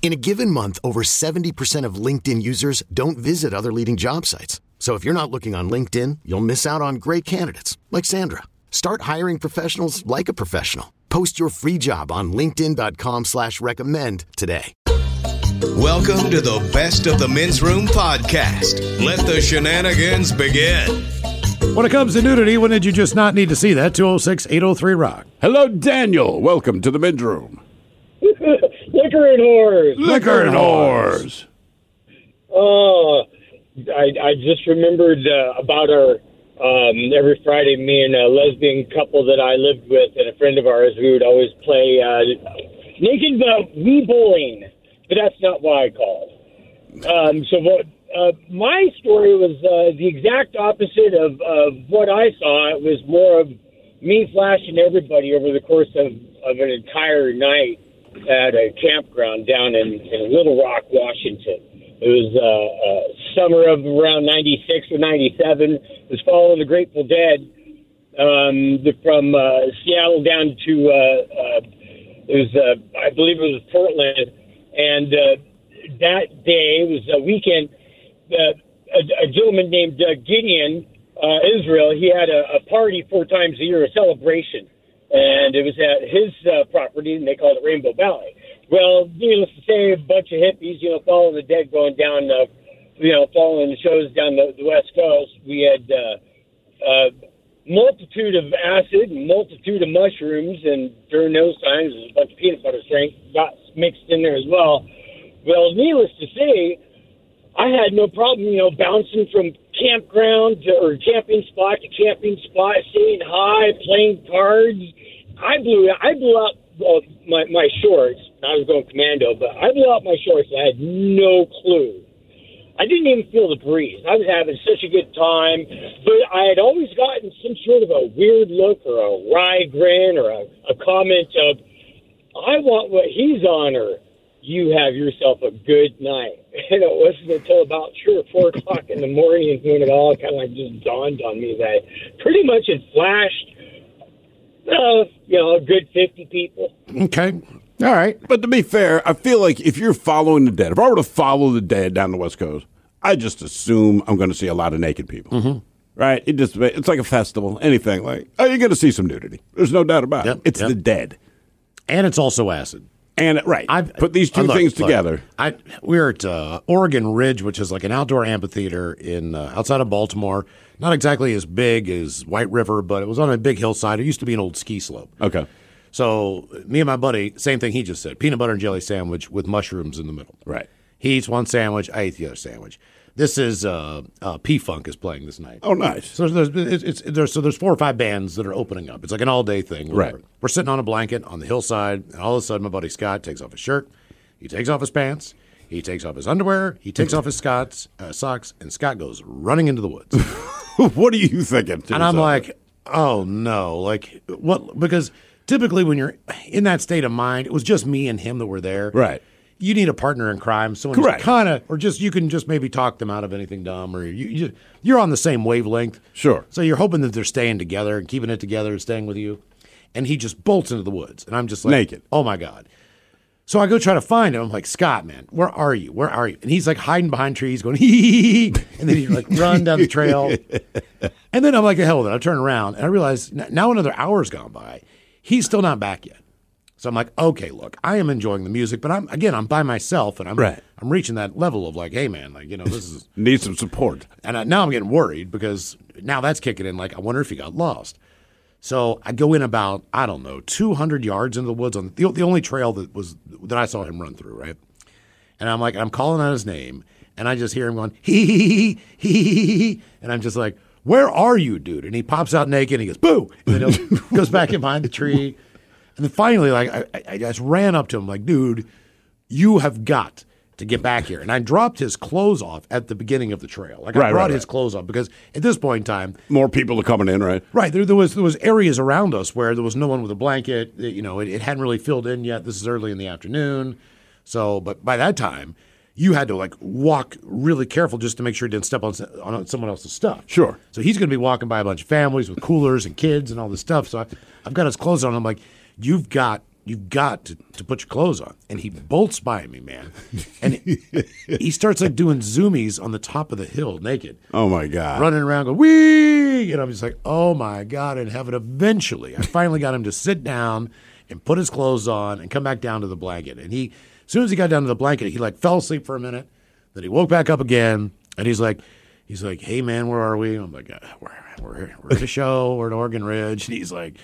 In a given month, over 70% of LinkedIn users don't visit other leading job sites. So if you're not looking on LinkedIn, you'll miss out on great candidates like Sandra. Start hiring professionals like a professional. Post your free job on linkedin.com slash recommend today. Welcome to the Best of the Men's Room podcast. Let the shenanigans begin. When it comes to nudity, when did you just not need to see that? 206 803 Rock. Hello, Daniel. Welcome to the men's room. Liquor and whores. Liquor and whores. Oh, I, I just remembered uh, about our um, every Friday, me and a lesbian couple that I lived with and a friend of ours, we would always play uh, naked but wee bowling. But that's not what I called. Um, so what? Uh, my story was uh, the exact opposite of, of what I saw. It was more of me flashing everybody over the course of, of an entire night at a campground down in, in Little Rock, Washington. It was uh, uh, summer of around 96 or 97. It was following the Grateful Dead um, the, from uh, Seattle down to, uh, uh, it was, uh, I believe it was Portland. And uh, that day, it was a weekend, uh, a, a gentleman named uh, Gideon uh, Israel, he had a, a party four times a year, a celebration and it was at his uh, property, and they called it Rainbow Valley. Well, needless to say, a bunch of hippies, you know, following the dead, going down, uh, you know, following the shows down the, the West Coast. We had uh, uh, multitude of acid, and multitude of mushrooms, and during those times, there was a bunch of peanut butter drink got mixed in there as well. Well, needless to say, I had no problem, you know, bouncing from campground to, or camping spot to camping spot, staying high, playing cards. I blew I blew out well, my my shorts. I was going commando, but I blew out my shorts. I had no clue. I didn't even feel the breeze. I was having such a good time, but I had always gotten some sort of a weird look or a wry grin or a, a comment of, "I want what he's on," or you have yourself a good night. And it wasn't until about three or four o'clock in the morning when it all kind of like just dawned on me that pretty much it flashed, uh, you know, a good 50 people. Okay. All right. But to be fair, I feel like if you're following the dead, if I were to follow the dead down the West Coast, I just assume I'm going to see a lot of naked people. Mm-hmm. Right? It just it's like a festival, anything like. Oh, you're going to see some nudity. There's no doubt about Yep, it. It's yep. the dead. And it's also acid. And right, I've- put these two uh, look, things look, together. I we were at uh, Oregon Ridge, which is like an outdoor amphitheater in uh, outside of Baltimore. Not exactly as big as White River, but it was on a big hillside. It used to be an old ski slope. Okay. So me and my buddy, same thing he just said: peanut butter and jelly sandwich with mushrooms in the middle. Right. He eats one sandwich. I eat the other sandwich. This is uh, uh, P Funk is playing this night. Oh, nice. So there's, there's it's, it's, there's so there's four or five bands that are opening up. It's like an all day thing. whatever. Right. We're sitting on a blanket on the hillside, and all of a sudden, my buddy Scott takes off his shirt, he takes off his pants, he takes off his underwear, he takes off his Scott's uh, socks, and Scott goes running into the woods. what are you thinking? to and I'm yourself? like, oh no, like what? Because typically when you're in that state of mind, it was just me and him that were there. Right. You need a partner in crime, someone Correct. kind of, or just you can just maybe talk them out of anything dumb, or you, you you're on the same wavelength. Sure. So you're hoping that they're staying together and keeping it together and staying with you, and he just bolts into the woods, and I'm just like Naked. Oh my god. So I go try to find him. I'm like, Scott, man, where are you? Where are you? And he's like hiding behind trees, going, hee hee hee. And then he like run down the trail. And then I'm like, the hell with it. I turn around and I realize n- now another hour's gone by. He's still not back yet. So I'm like, okay, look, I am enjoying the music, but I'm again, I'm by myself, and I'm Right. I'm reaching that level of like, hey, man, like you know, this is, need some support. and I, now I'm getting worried because now that's kicking in. Like, I wonder if he got lost. So I go in about I don't know 200 yards into the woods on the, the only trail that was that I saw him run through, right? And I'm like, I'm calling out his name, and I just hear him going hee hee hee hee hee, hee, hee, and I'm just like, where are you, dude? And he pops out naked, and he goes boo, and then he goes back in behind the tree, and then finally, like I, I- I just ran up to him, like, dude, you have got to get back here. And I dropped his clothes off at the beginning of the trail. Like I Right, right, brought right. his clothes off because at this point in time, More people are coming in, right? Right. There, there was there was areas around us where there was no one with a blanket. It- You know, it, it hadn't really filled in yet. This is early in the afternoon, so but by that time, you had to like walk really careful just to make sure you didn't step on s- on someone else's stuff. Sure. So he's going to be walking by a bunch of families with coolers and kids and all this stuff. So I, I've got his clothes on. I'm like, you've got. You've got to, to put your clothes on. And he bolts by me, man. And he starts like doing zoomies on the top of the hill naked Oh my god! running around going, wee! And I'm just like, oh my God, in heaven. Eventually, I finally got him to sit down and put his clothes on and come back down to the blanket. And he, as soon as he got down to the blanket, he like fell asleep for a minute. Then he woke back up again and he's like, he's like, hey man, where are we? I'm like, uh, we're, we're, we're at a show, we're at Oregon Ridge. And he's like,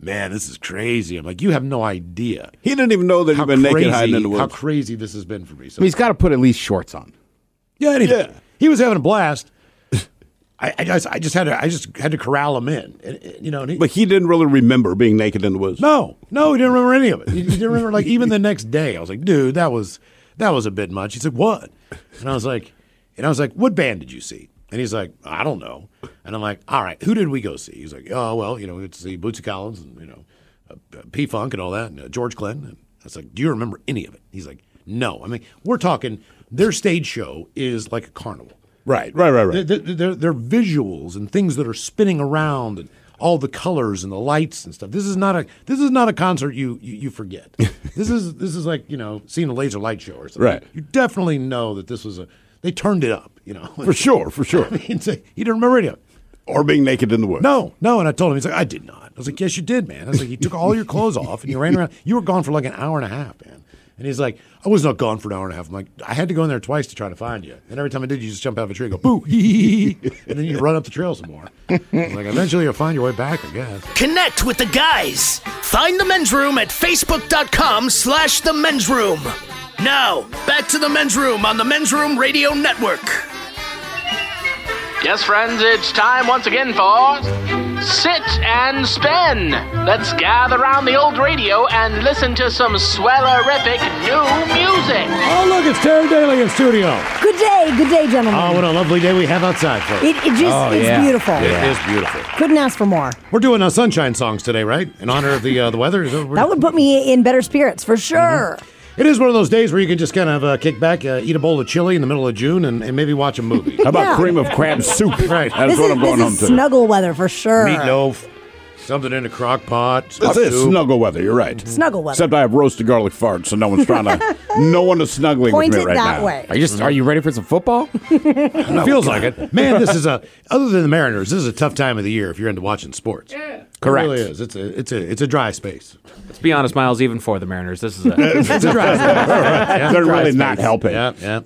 man, this is crazy. I'm like, you have no idea. He didn't even know that How he'd been naked hiding in the crazy, how woods. crazy this has been for me. So I mean, he's got to put at least shorts on. yeah, anything. Yeah. He was having a blast. I, I just, I just had to, I just had to corral him in, and, and, you know. And he, but he didn't really remember being naked in the woods. no, no, he didn't remember any of it. He, he didn't remember like even the next day. I was like, dude, that was that was a bit much. He said, what? And I was like, and I was like, what band did you see? And he's like, I don't know. And I'm like, all right, who did we go see? He's like, oh well, you know, it's the Bootsy Collins and you know, uh, P Funk and all that, and uh, George Clinton. And I was like, do you remember any of it? He's like, no. I mean, we're talking their stage show is like a carnival. Right, right, right, right. Their, their, their visuals and things that are spinning around and all the colors and the lights and stuff. This is not a this is not a concert you you, you forget. this is this is like you know seeing a laser light show or something. Right. You definitely know that this was a they turned it up. You know For sure, for sure. he didn't remember any of it. or being naked in the woods. No, no. And I told him he's like I did not. I was like yes you did man. I was like you took all your clothes off and you ran around. You were gone for like an hour and a half man. And he's like, I was not gone for an hour and a half. I'm like, I had to go in there twice to try to find you. And every time I did, you just jump out of a tree and go, boo, hee, hee, hee. And then you run up the trail some more. I was like, eventually you'll find your way back, I guess. Connect with the guys. Find the men's room at facebook.com slash the men's room. Now, back to the men's room on the men's room radio network. Yes, friends, it's time once again for Sit and Spin. Let's gather around the old radio and listen to some swellerific new music. Oh, look, it's Terry Daly in studio. Good day, good day, gentlemen. Oh, what a lovely day we have outside, folks. Oh, it, it just it's beautiful. It is beautiful. Couldn't ask for more. We're doing uh, sunshine songs today, right? In honor of the uh, the weather. Is that what we're- That would put me in better spirits for sure. It is one of those days where you can just kind of uh, kick back, uh, eat a bowl of chili in the middle of June, and, and maybe watch a movie. How about Yeah. cream of crab soup? Right. That's this what is, I'm going this home is to. snuggle weather for sure. Meatloaf, something in a crock pot. This soup. is snuggle weather. You're right. Snuggle weather. Except I have roasted garlic farts, so no one's trying to. no one is snuggling Point with me it right that now. way. Are you just? Mm-hmm. Are you ready for some football? It feels like it. Man, this is a other than the Mariners, this is a tough time of the year if you're into watching sports. Yeah. Correct. It really is. It's a it's a it's a dry space. Let's be honest, Miles. Even for the Mariners, this is a It's a dry space. They're really not helping. Yeah, yeah.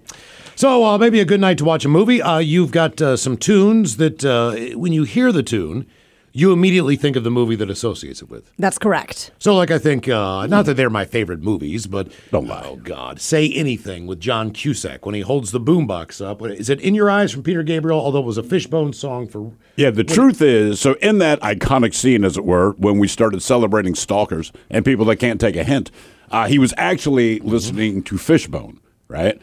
So uh, maybe a good night to watch a movie. Uh, you've got uh, some tunes that uh, when you hear the tune, you immediately think of the movie that associates it with. That's correct. So, like, I think uh, not that they're my favorite movies, but Don't lie. Oh God, say anything with John Cusack when he holds the boombox up. What- Is it "In Your Eyes" from Peter Gabriel? Although it was a fishbone song for Yeah, the truth is, so in that iconic scene, as it were, when we started celebrating stalkers and people that can't take a hint, uh, he was actually Mm-hmm. listening to Fishbone, right?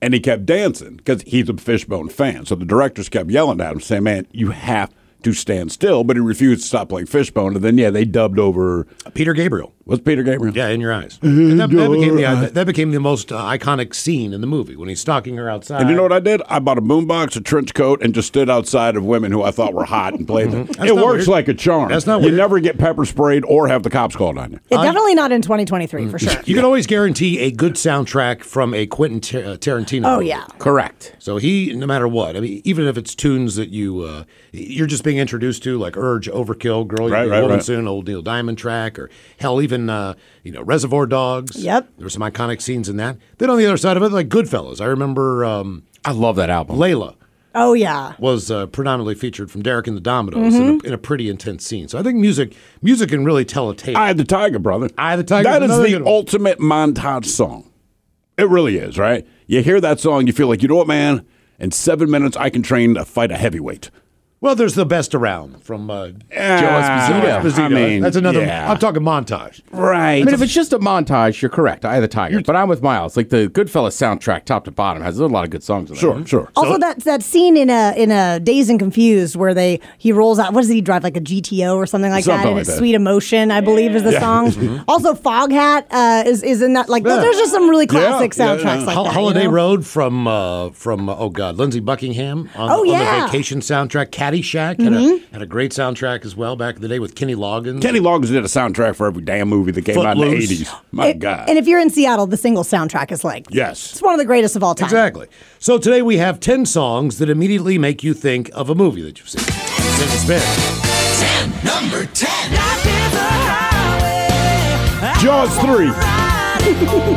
And he kept dancing because he's a Fishbone fan. So the directors kept yelling at him, saying, "Man, you have to stand still." But he refused to stop playing Fishbone, and then yeah, they dubbed over Peter Gabriel. what's Peter Gabriel? Yeah, "In Your Eyes." And that, that became the that became the most uh, iconic scene in the movie when he's stalking her outside. And you know what I did? I bought a boombox, a trench coat, and just stood outside of women who I thought were hot and played them. Mm-hmm. That's It not works weird. like a charm. That's not You weird. never get pepper sprayed or have the cops called on you. Yeah, definitely not in 2023 for sure. You can always guarantee a good soundtrack from a Quentin Tar- uh, Tarantino. Oh movie. yeah. Correct. So he, no matter what, I mean, even if it's tunes that you uh, you're just being introduced to, like Urge, Overkill, Girl, Right, You're right, Golden right. Soon, old Neil Diamond track, or hell, even uh, you know Reservoir Dogs. Yep. there were some iconic scenes in that. Then on the other side of it, like Goodfellas, I remember um, I love that album. Layla. Oh yeah. was uh, predominantly featured from Derek and the Dominoes in, Mm-hmm. a, in a pretty intense scene. So I think music music can really tell a tale. I the Tiger, brother. I the Tiger. That is another the good one. ultimate montage song. It really is, right? You hear that song, you feel like, you know what, man? In seven minutes, I can train to fight a heavyweight. Well, there's the best around from uh, Esposito. Joe Esposito. I mean, that's another. yeah. I'm talking montage. Right. I mean, if it's just a montage, you're correct. I the Tiger. But I'm with Miles. Like the Goodfellas soundtrack, top to bottom, has a lot of good songs in there. Sure, sure. Also, that that scene in a in a Days and Confused where they he rolls out. What does he drive like a GTO or something like that? Something And like it's that. Sweet Emotion, I believe, is the Yeah. song. Mhm. Also, Fog Hat uh, is is in that. Like, Yeah. there's just some really classic soundtracks like Hol- that. Holiday you know? Road from uh, from uh, oh god, Lindsey Buckingham on, Oh, on yeah. the Vacation soundtrack. Caddyshack had, Mhm. a, had a great soundtrack as well back in the day with Kenny Loggins. Kenny Loggins did a soundtrack for every damn movie that came out in Footloose. the 80s. My It- God. And if you're in Seattle, the single soundtrack is like yes. it's one of the greatest of all time. Exactly. So today we have 10 songs that immediately make you think of a movie that you've seen. Think it's been. Number 10. Jaws 3.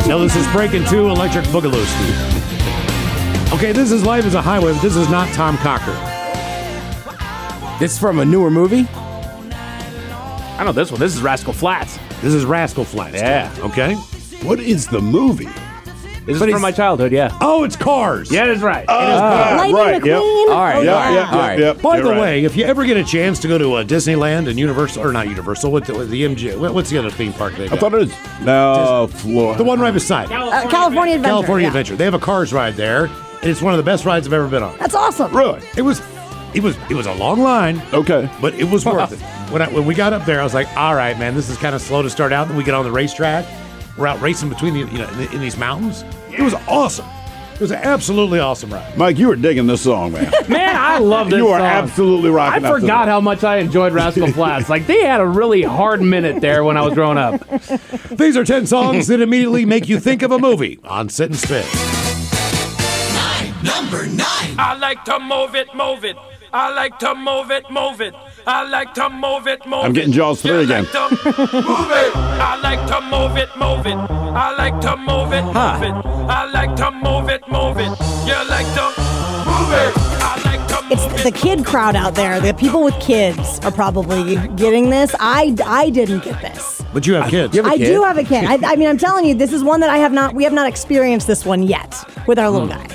now this is Breaking 2 Electric Boogaloo. Steve. Okay, this is Life is a Highway, but this is not Tom Cocker. This is from a newer movie? I know this one. This is Rascal Flats. This is Rascal Flats. Yeah. Okay. What is the movie? This is from my childhood. Yeah. Oh, it's Cars. Yeah, that's right. Lightning right, yep. McQueen. All right. Oh, yeah. yeah. Oh. All right. Yep, By you're the right. way, if you ever get a chance to go to uh, Disneyland and Universal, or not Universal, what the, what the MJ, what- what's the other theme park they I got? thought it was. No, Florida. the one right beside. it. Uh, California Adventure. California yeah. Adventure. They have a Cars ride there, and it's one of the best rides I've ever been on. That's awesome. Really? It was, it was, it was a long line. Okay. but it was worth it. When, I, when we got up there, I was like, all right, man, this is kind of slow to start out. Then we get on the racetrack. We're out racing between the, you know, in, in these mountains. It was awesome. It was an absolutely awesome ride. Mike, you were digging this song, man. Man, I love this. you are song. absolutely rocking I out to forgot this. how much I enjoyed Rascal Flats. Like they had a really hard minute there when I was growing up. These are 10 songs that immediately make you think of a movie on Sit and Spin. Number 9. I like to move it, move it. I like to move it, move it. I like to move it, move I'm it. getting Jaws 3 again. Like to move it. I like to move it, move it. I like to move it, move Huh. it. I like to move it, move it. You like to move it. I like to move It's the kid crowd out there. The people with kids are probably getting this. I, I didn't get this. But you have kids. I do have a kid. I, I mean, I'm telling you, this is one that I have not. We have not experienced this one yet with our little guy.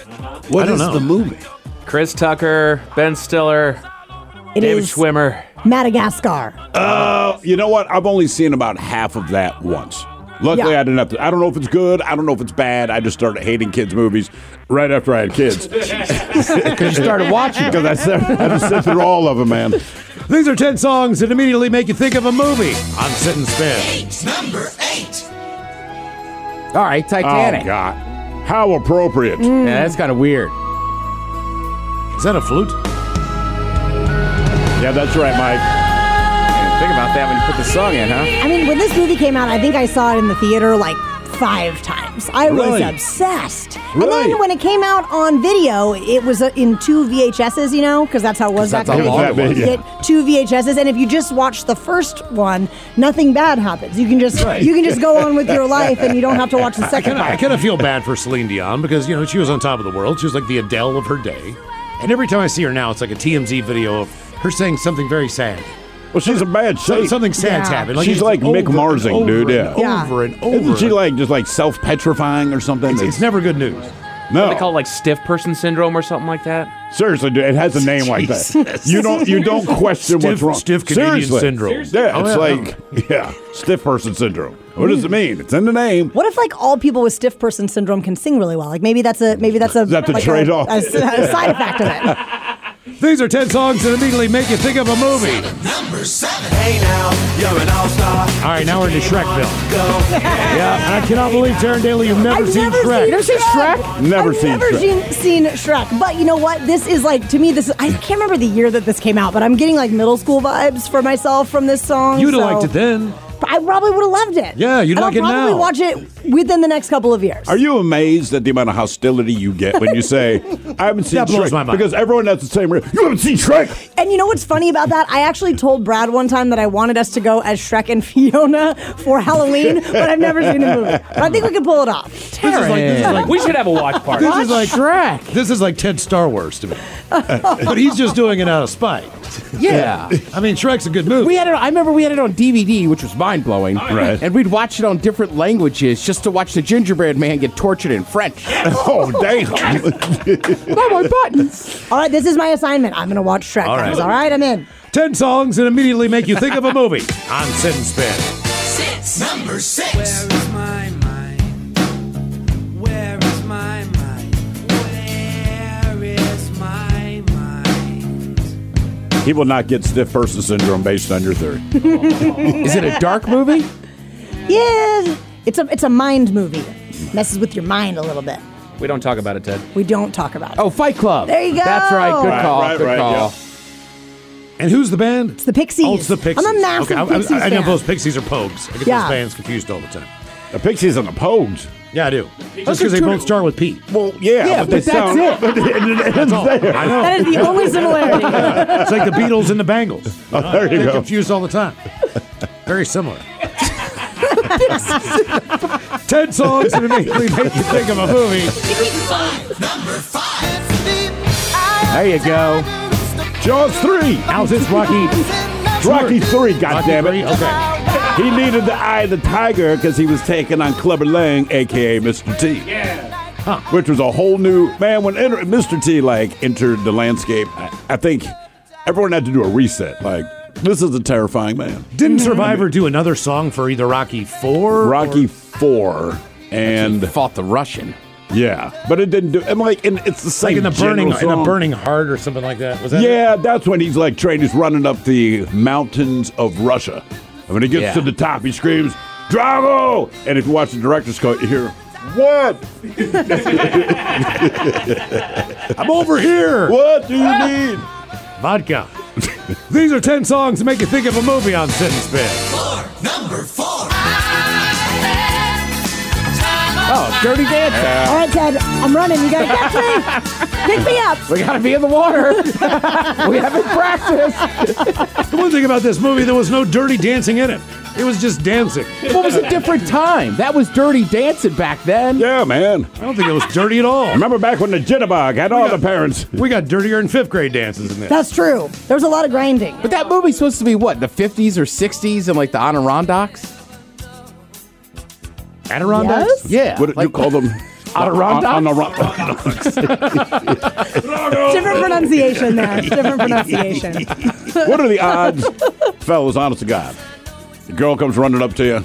What I don't is know. the movie? Chris Tucker, Ben Stiller, It David is- Schwimmer. Madagascar. Uh, you know what? I've only seen about half of that once. Luckily, Yeah. I didn't have to. I don't know if it's good. I don't know if it's bad. I just started hating kids' movies right after I had kids. Because you started watching 'em. Because I, said- I just sit through all of them, man. These are 10 songs that immediately make you think of a movie on Sit and Spin. Number 8. All right, Titanic. Oh, God. How appropriate. Yeah, that's kind of weird. Is that a flute? Yeah, that's right, Mike. Think about that when you put the song in, huh? I mean, when this movie came out, I think I saw it in the theater like five times. I was Really? obsessed. And Really? then when it came out on video, it was uh, in two VHSs, you know, because that's how it was back That's then. how long it was. You get two VHSs, and if you just watch the first one, nothing bad happens. You can just you can just go on with your life, and you don't have to watch the second I part. kind of feel bad for Celine Dion because, you know, she was on top of the world. She was like the Adele of her day. And every time I see her now, it's like a TMZ video of her saying something very sad. Well, she's a bad So shape. something sad's Yeah. happened. She's it's like Mick over and Marsing, over dude, yeah. and Yeah. Over and over. Isn't she like just like self petrifying or something? It's, it's never good news. no. They call it like stiff person syndrome or something like that. Seriously, dude, it has a name like that. You don't you don't question Stiff- what's wrong. stiff Canadian syndrome. Seriously? Yeah, Oh, it's yeah, like yeah, stiff person syndrome. What does it mean? It's in the name. What if like all people with stiff person syndrome can sing really well? Like maybe that's a maybe that's a That's a like trade-off. a, a side effect of it. These are 10 songs that immediately make you think of a movie. Number 7. Hey now, you're an all-star. All right, now we're into Shrekville. Yeah, and I cannot believe, Taryn Daly, you've never I've seen never Shrek. seen Never seen Shrek? Never I've seen never Shrek. Seen, seen Shrek, but you know what? This is like to me. This is, I can't remember the year that this came out, but I'm getting like middle school vibes for myself from this song. You'd have so- liked it then. I probably would have loved it. Yeah, you'd And like it I'll probably now. watch it within the next couple of years. Are you amazed at the amount of hostility you get when you say, I haven't seen That blows Shrek? my mind. Because everyone has the same reaction. You haven't seen Shrek? And you know what's funny about that? I actually told Brad one time that I wanted us to go as Shrek and Fiona for Halloween, but I've never seen the movie. But I think we could pull it off. This is like, this is like We should have a watch party. This is like Watch This is like Ted Star Wars to me, but he's just doing it out of spite. Yeah. I mean Shrek's a good movie. We had it. I remember we had it on DVD, which was mind blowing. Right. And we'd watch it on different languages just to watch the gingerbread man get tortured in French. oh damn! Not my buttons. All right, this is my assignment. I'm going to watch Shrek. All right. guys. All right, I'm in. ten songs and immediately make you think of a movie on Sit and Spin. Six. Number six. Where is my mind? Where is my mind? Where is my He will not get stiff person syndrome based on your theory. mind? movie? Yeah, it's a it's a mind movie. Messes with your mind a little bit. We don't talk about it, Ted. We don't talk about it. Oh, Fight Club. There you go. That's right. Good Right, call. right, good right, call. And who's the band? It's the Pixies. Oh, it's the Pixies. I'm a massive okay, I, I- Pixies I, know fan. those Pixies are Pogues. I get Yeah. those bands confused all the time. The Pixies and the Pogues. Yeah, I do. That's Those because are they two- both start with P. Well, yeah, Yeah, but, they but that's sound, it. But it, it ends That's all. there. I know. That is the only similarity. it's like the Beatles and the Bangles. Oh, there you They're go. confused all the time. Very similar. Ten songs and immediately make you think of a movie. There you go. Jaws 3. How's this, Rocky? Rocky 3, goddammit. Okay. He needed the eye of the tiger because he was taking on Clubber Lang, a.k.a. Mr. T. Yeah. Which was a whole new... Man, when enter, Mr. T, like, entered the landscape, I, I think everyone had to do a reset. Like, this is a terrifying man. Didn't Survivor do another song for either Rocky Four? Rocky Four and fought the Russian. Yeah, but it didn't do. And like, and it's the same. Like in the burning, general in the song. burning heart or something like that. Was that? it? yeah, that's when he's like trained. He's running up the mountains of Russia, and when he gets Yeah. to the top, he screams "Drago!" And if you watch the director's cut, you hear "What?" I'm over here. Ah! What do you need? Vodka. These are ten songs that make you think of a movie on Sit and Spin. Oh, Dirty Dancing. All right, Ted, I'm running. You gotta catch me. Pick me up. We gotta be in the water. we haven't practiced. The one thing about this movie, there was no dirty dancing in it. It was just dancing. What was a different time? That was Dirty Dancing back then. Yeah, man. I don't think it was dirty at all. Remember back when the jitterbug had all the parents. We got dirtier in fifth grade dances in this. That's true. There was a lot of grinding. But that movie's supposed to be what the 50s or 60s and like the Adirondacks. Adirondacks? Yeah. What did you call them? Adirondacks? On, on the, Different pronunciation there. Different pronunciation. what are the odds, fellas? Honest to God, the girl comes running up to you,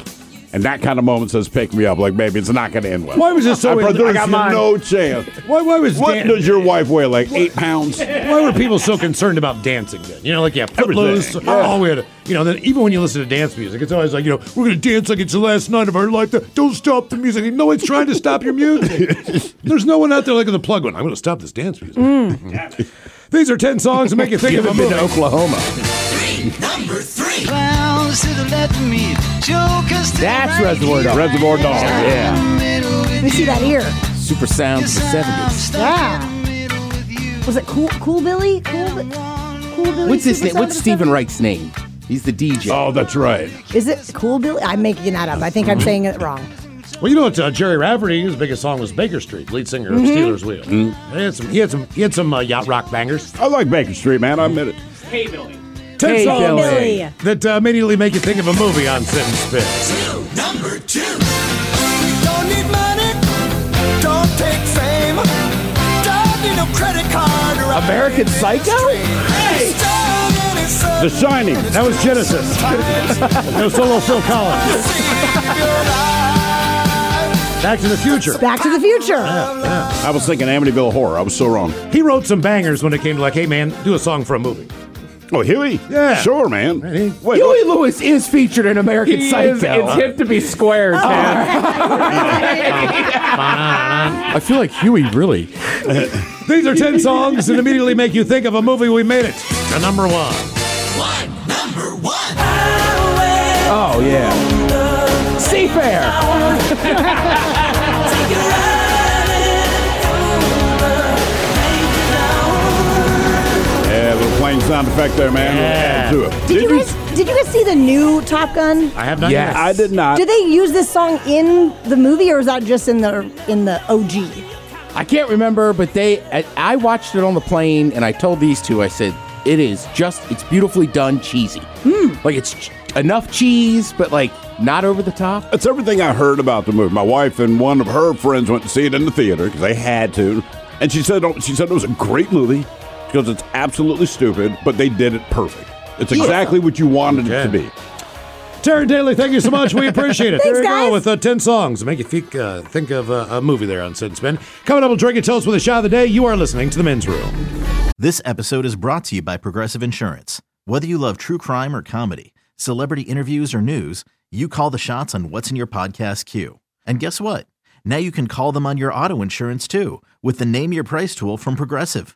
and that kind of moment says, "Pick me up." Like, baby, it's not going to end well. Why was it so I, in- I there's got mine. no chance. Why, why was What dan- does your wife weigh? Like eight pounds? Why were people so concerned about dancing then? You know, like yeah, footloose. Everything, yeah. Oh, we had, you know, then even when you listen to dance music, it's always like you know we're gonna dance like it's the last night of our life. Don't stop the music. No one's trying to stop your music. There's no one out there like the plug one. I'm gonna stop this dance music. Mm. These are ten songs that make you think of a movie. Oklahoma. Number three. Clowns to the left of me. Jokers to That's the right. Reservoir Dogs. Reservoir Dogs. Yeah. We see that ear. Super sounds of the 70s. Yeah. Was it cool? Cool Billy? Cool, Bi- cool Billy. What's his Super name? What's Sound Stephen Wright's name? He's the DJ. Oh, that's right. Is it Cool Billy? I'm making that up. I think I'm saying it wrong. Well, you know what? Uh, Jerry Rafferty, his biggest song was Baker Street, lead singer Mm-hmm. Mhm. of Steelers Wheel. He had some. He had some. He had some uh, yacht rock bangers. Mm. I like Baker Street, man. I admit it. Hey, Billy. Ten Hey, songs Billy. that uh, immediately make you think of a movie on Sit and Spin. Number two. Don't need money. Don't take fame. Don't need no credit card. or American Psycho? Hey. The Shining. That was Genesis. no solo Phil Collins. Back to the Future. Back to the Future. I was thinking Amityville Horror. I was so wrong. He wrote some bangers when it came to like, hey man, do a song for a movie. Oh, Huey? Yeah. Sure, man. Wait, Huey Lewis is featured in American He Psycho. Oh. is- it's hip to be square, Ted. I feel like Huey really. These are ten songs that immediately make you think of a movie. We made it to number one. Oh yeah. Yeah, a little plain sound effect there, man. Yeah. Add to it. Did you guys? Did you guys see the new Top Gun? I have not Yes. yet. I did not. Did they use this song in the movie, or is that just in the in the OG? I can't remember, but they. I, I watched it on the plane, and I told these two. I said it is just. It's beautifully done, cheesy. Hmm. Like it's ch- enough cheese, but like not over the top. That's everything I heard about the movie. My wife and one of her friends went to see it in the theater because they had to, and she said oh, she said it was a great movie because it's absolutely stupid, but they did it perfect. It's Yeah. exactly what you wanted it to be. Taryn Daly, thank you so much. We appreciate it. Thanks, there you guys. go with uh, 10 songs. to Make you think, uh, think of uh, a movie there on Sit and Spin. Coming up, we'll drink and tell us with a shot of the day. You are listening to The Men's Room. This episode is brought to you by Progressive Insurance. Whether you love true crime or comedy, celebrity interviews or news, you call the shots on what's in your podcast queue. And guess what? Now you can call them on your auto insurance too with the Name Your Price tool from Progressive.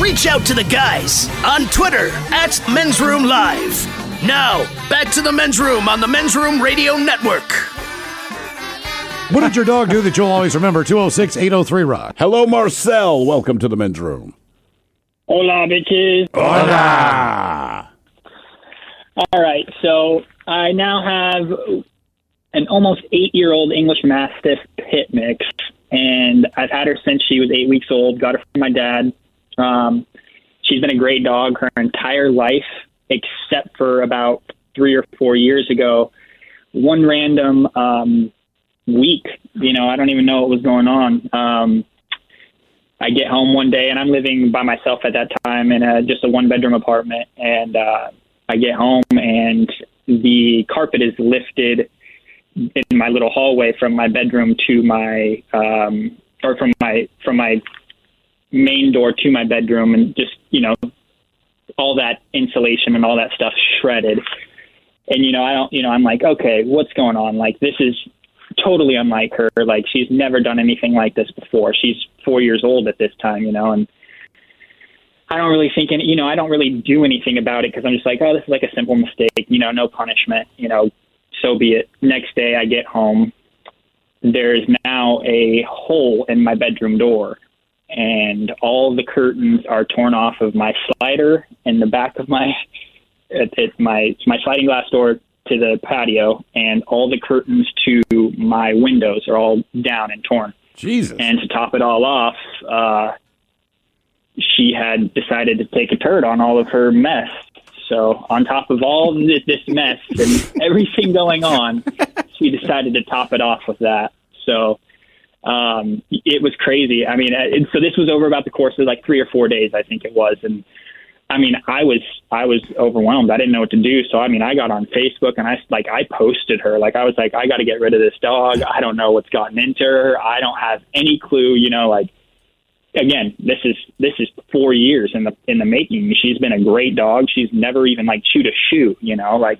Reach out to the guys on Twitter at Men's Room Live. Now, back to the Men's Room on the Men's Room Radio Network. What did your dog do that you'll always remember? 206 803 Rock. Hello, Marcel. Welcome to The Men's Room. Hola, bitches. Hola. All right, so I now have an almost eight-year-old English Mastiff pit mix, and I've had her since she was eight weeks old. Got her from my dad. Um, she's been a great dog her entire life, except for about three or four years ago. One random um, week, you know, I don't even know what was going on. Um, I get home one day, and I'm living by myself at that time in a, just a one-bedroom apartment, and uh, I get home, and the carpet is lifted in my little hallway from my bedroom to my um, or from my from my main door to my bedroom, and just you know all that insulation and all that stuff shredded. And you know, I don't, you know, I'm like, okay, what's going on? Like this is totally unlike her. Like she's never done anything like this before. She's four years old at this time, you know, and I don't really think, any, you know, I don't really do anything about it because I'm just like, oh, this is like a simple mistake, you know, no punishment, you know, so be it. Next day, I get home. There's now a hole in my bedroom door, and all the curtains are torn off of my slider and the back of my at, at my my sliding glass door to the patio, and all the curtains to my windows are all down and torn. Jesus! And to top it all off, uh, she had decided to take a turd on all of her mess. So on top of all thi- this mess and everything going on, she decided to top it off with that. So um, it was crazy. I mean, uh, and so this was over about the course of like three or four days, I think it was, and I mean, I was I was overwhelmed. I didn't know what to do. So I mean, I got on Facebook and I like I posted her. Like I was like, I got to get rid of this dog. I don't know what's gotten into her. I don't have any clue. You know, like again, this is this is four years in the in the making. She's been a great dog. She's never even like chewed a shoe. You know, like,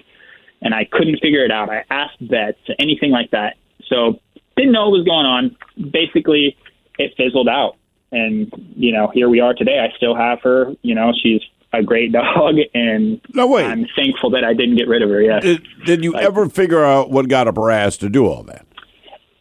and I couldn't figure it out. I asked vets, anything like that. So didn't know what was going on. Basically, it fizzled out. And you know, here we are today. I still have her. You know, she's a great dog, and I'm thankful that I didn't get rid of her. Yeah, Did, did you ever figure out what got up her ass to do all that?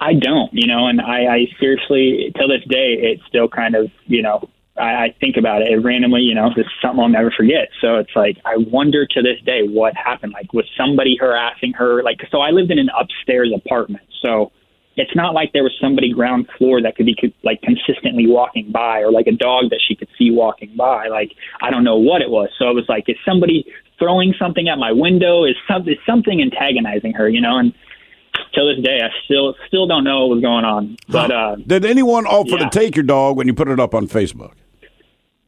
I don't, you know, and I, I seriously, till this day, it still kind of, you know, I, I think about it, It randomly, you know, this is something I'll never forget. So it's like, I wonder to this day what happened. Like, was somebody harassing her? Like, so I lived in an upstairs apartment. So it's not like there was somebody ground floor that could be co- like consistently walking by or like a dog that she could see walking by. Like, I don't know what it was. So it was like, is somebody throwing something at my window? Is, some, is something antagonizing her, you know? And, till this day, I still still don't know what was going on. But uh, Did anyone offer to yeah. take your dog when you put it up on Facebook?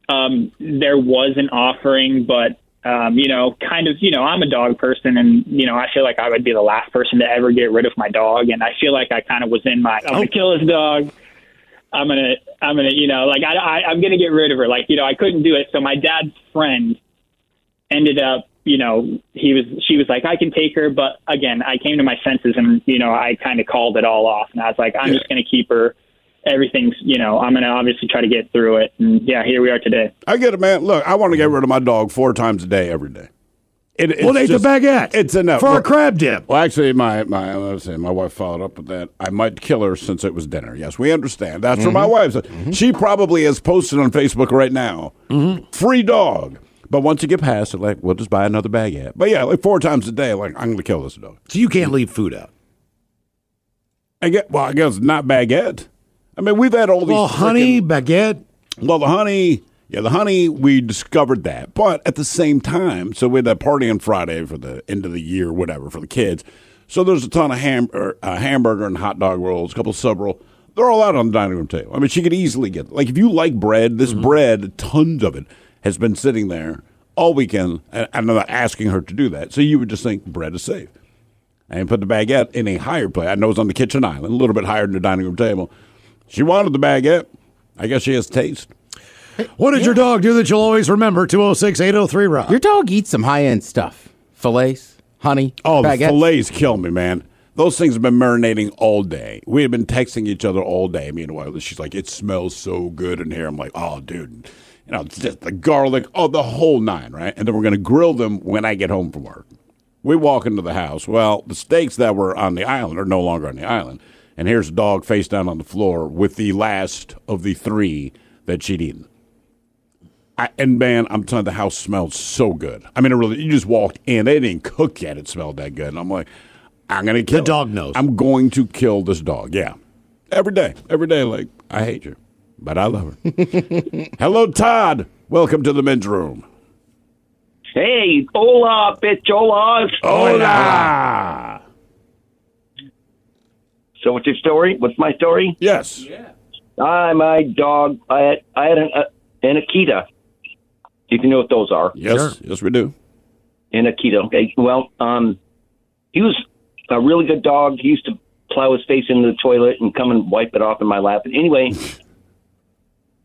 um, there was an offering, but um, you know, kind of, you know, I'm a dog person, and you know, I feel like I would be the last person to ever get rid of my dog, and I feel like I kind of was in my I'm gonna kill his dog. I'm gonna, I'm gonna, you know, like I, I, I'm gonna get rid of her. Like, you know, I couldn't do it. So my dad's friend ended up, you know, he was, she was like, I can take her, but again, I came to my senses, and you know, I kind of called it all off, and I was like, I'm just gonna keep her. Everything's, you know, I'm gonna obviously try to get through it, and yeah, here we are today. I get it, man. Look, I want to get rid of my dog four times a day, every day. It, Well, they ate the baguette It's enough for a crab dip. Well, actually, my my let's see, my wife followed up with that. I might kill her since it was dinner. Yes, we understand. That's what my Mhm. wife said. She probably has posted on Facebook right now. Mm-hmm. Free dog. But once you get past it, like we'll just buy another baguette. But yeah, like four times a day, like I'm going to kill this dog. So you can't leave food out. I get well. I guess not baguette. I mean, we've had all these Well, honey, baguette. Well, the honey, yeah, the honey, we discovered that. But at the same time, so we had that party on Friday for the end of the year, whatever, for the kids. So there's a ton of ham- er, uh, hamburger and hot dog rolls, a couple sub roll. They're all out on the dining room table. I mean, she could easily get like if you like bread, this Mm-hmm. bread, tons of it has been sitting there all weekend. And I'm not asking her to do that. So you would just think bread is safe and put the baguette in a higher plate. I know it's on the kitchen island, a little bit higher than the dining room table. She wanted the baguette. I guess she has taste. What did your dog do that you'll always remember? 206 803 Rock. Your dog eats some high end stuff fillets, honey. Oh, the baguettes. fillets kill me, man. Those things have been marinating all day. We have been texting each other all day. Me and Wiley. She's like, "It smells so good in here." I'm like, "Oh, dude." You know, it's just the garlic, oh, the whole nine, right? And then we're going to grill them when I get home from work. We walk into the house. Well, the steaks that were on the island are no longer on the island. And here's a dog face down on the floor with the last of the three that she'd eaten. I, and man, I'm telling you, the house smelled so good. I mean, it really, you just walked in. They didn't cook yet. It smelled that good. And I'm like, I'm going to kill The dog knows. I'm going to kill this dog. Yeah. Every day. Every day. Like, I hate you, but I love her. Hello, Todd. Welcome to the men's room. Hey, hola, picholas. Hola. So, what's your story? What's my story? Yes. Yeah. I, my dog, I had, I had an, uh, an Akita. If you know what those are. Yes. Yes, we do. An Akita. Okay. Well, um, he was a really good dog. He used to plow his face into the toilet and come and wipe it off in my lap. And anyway,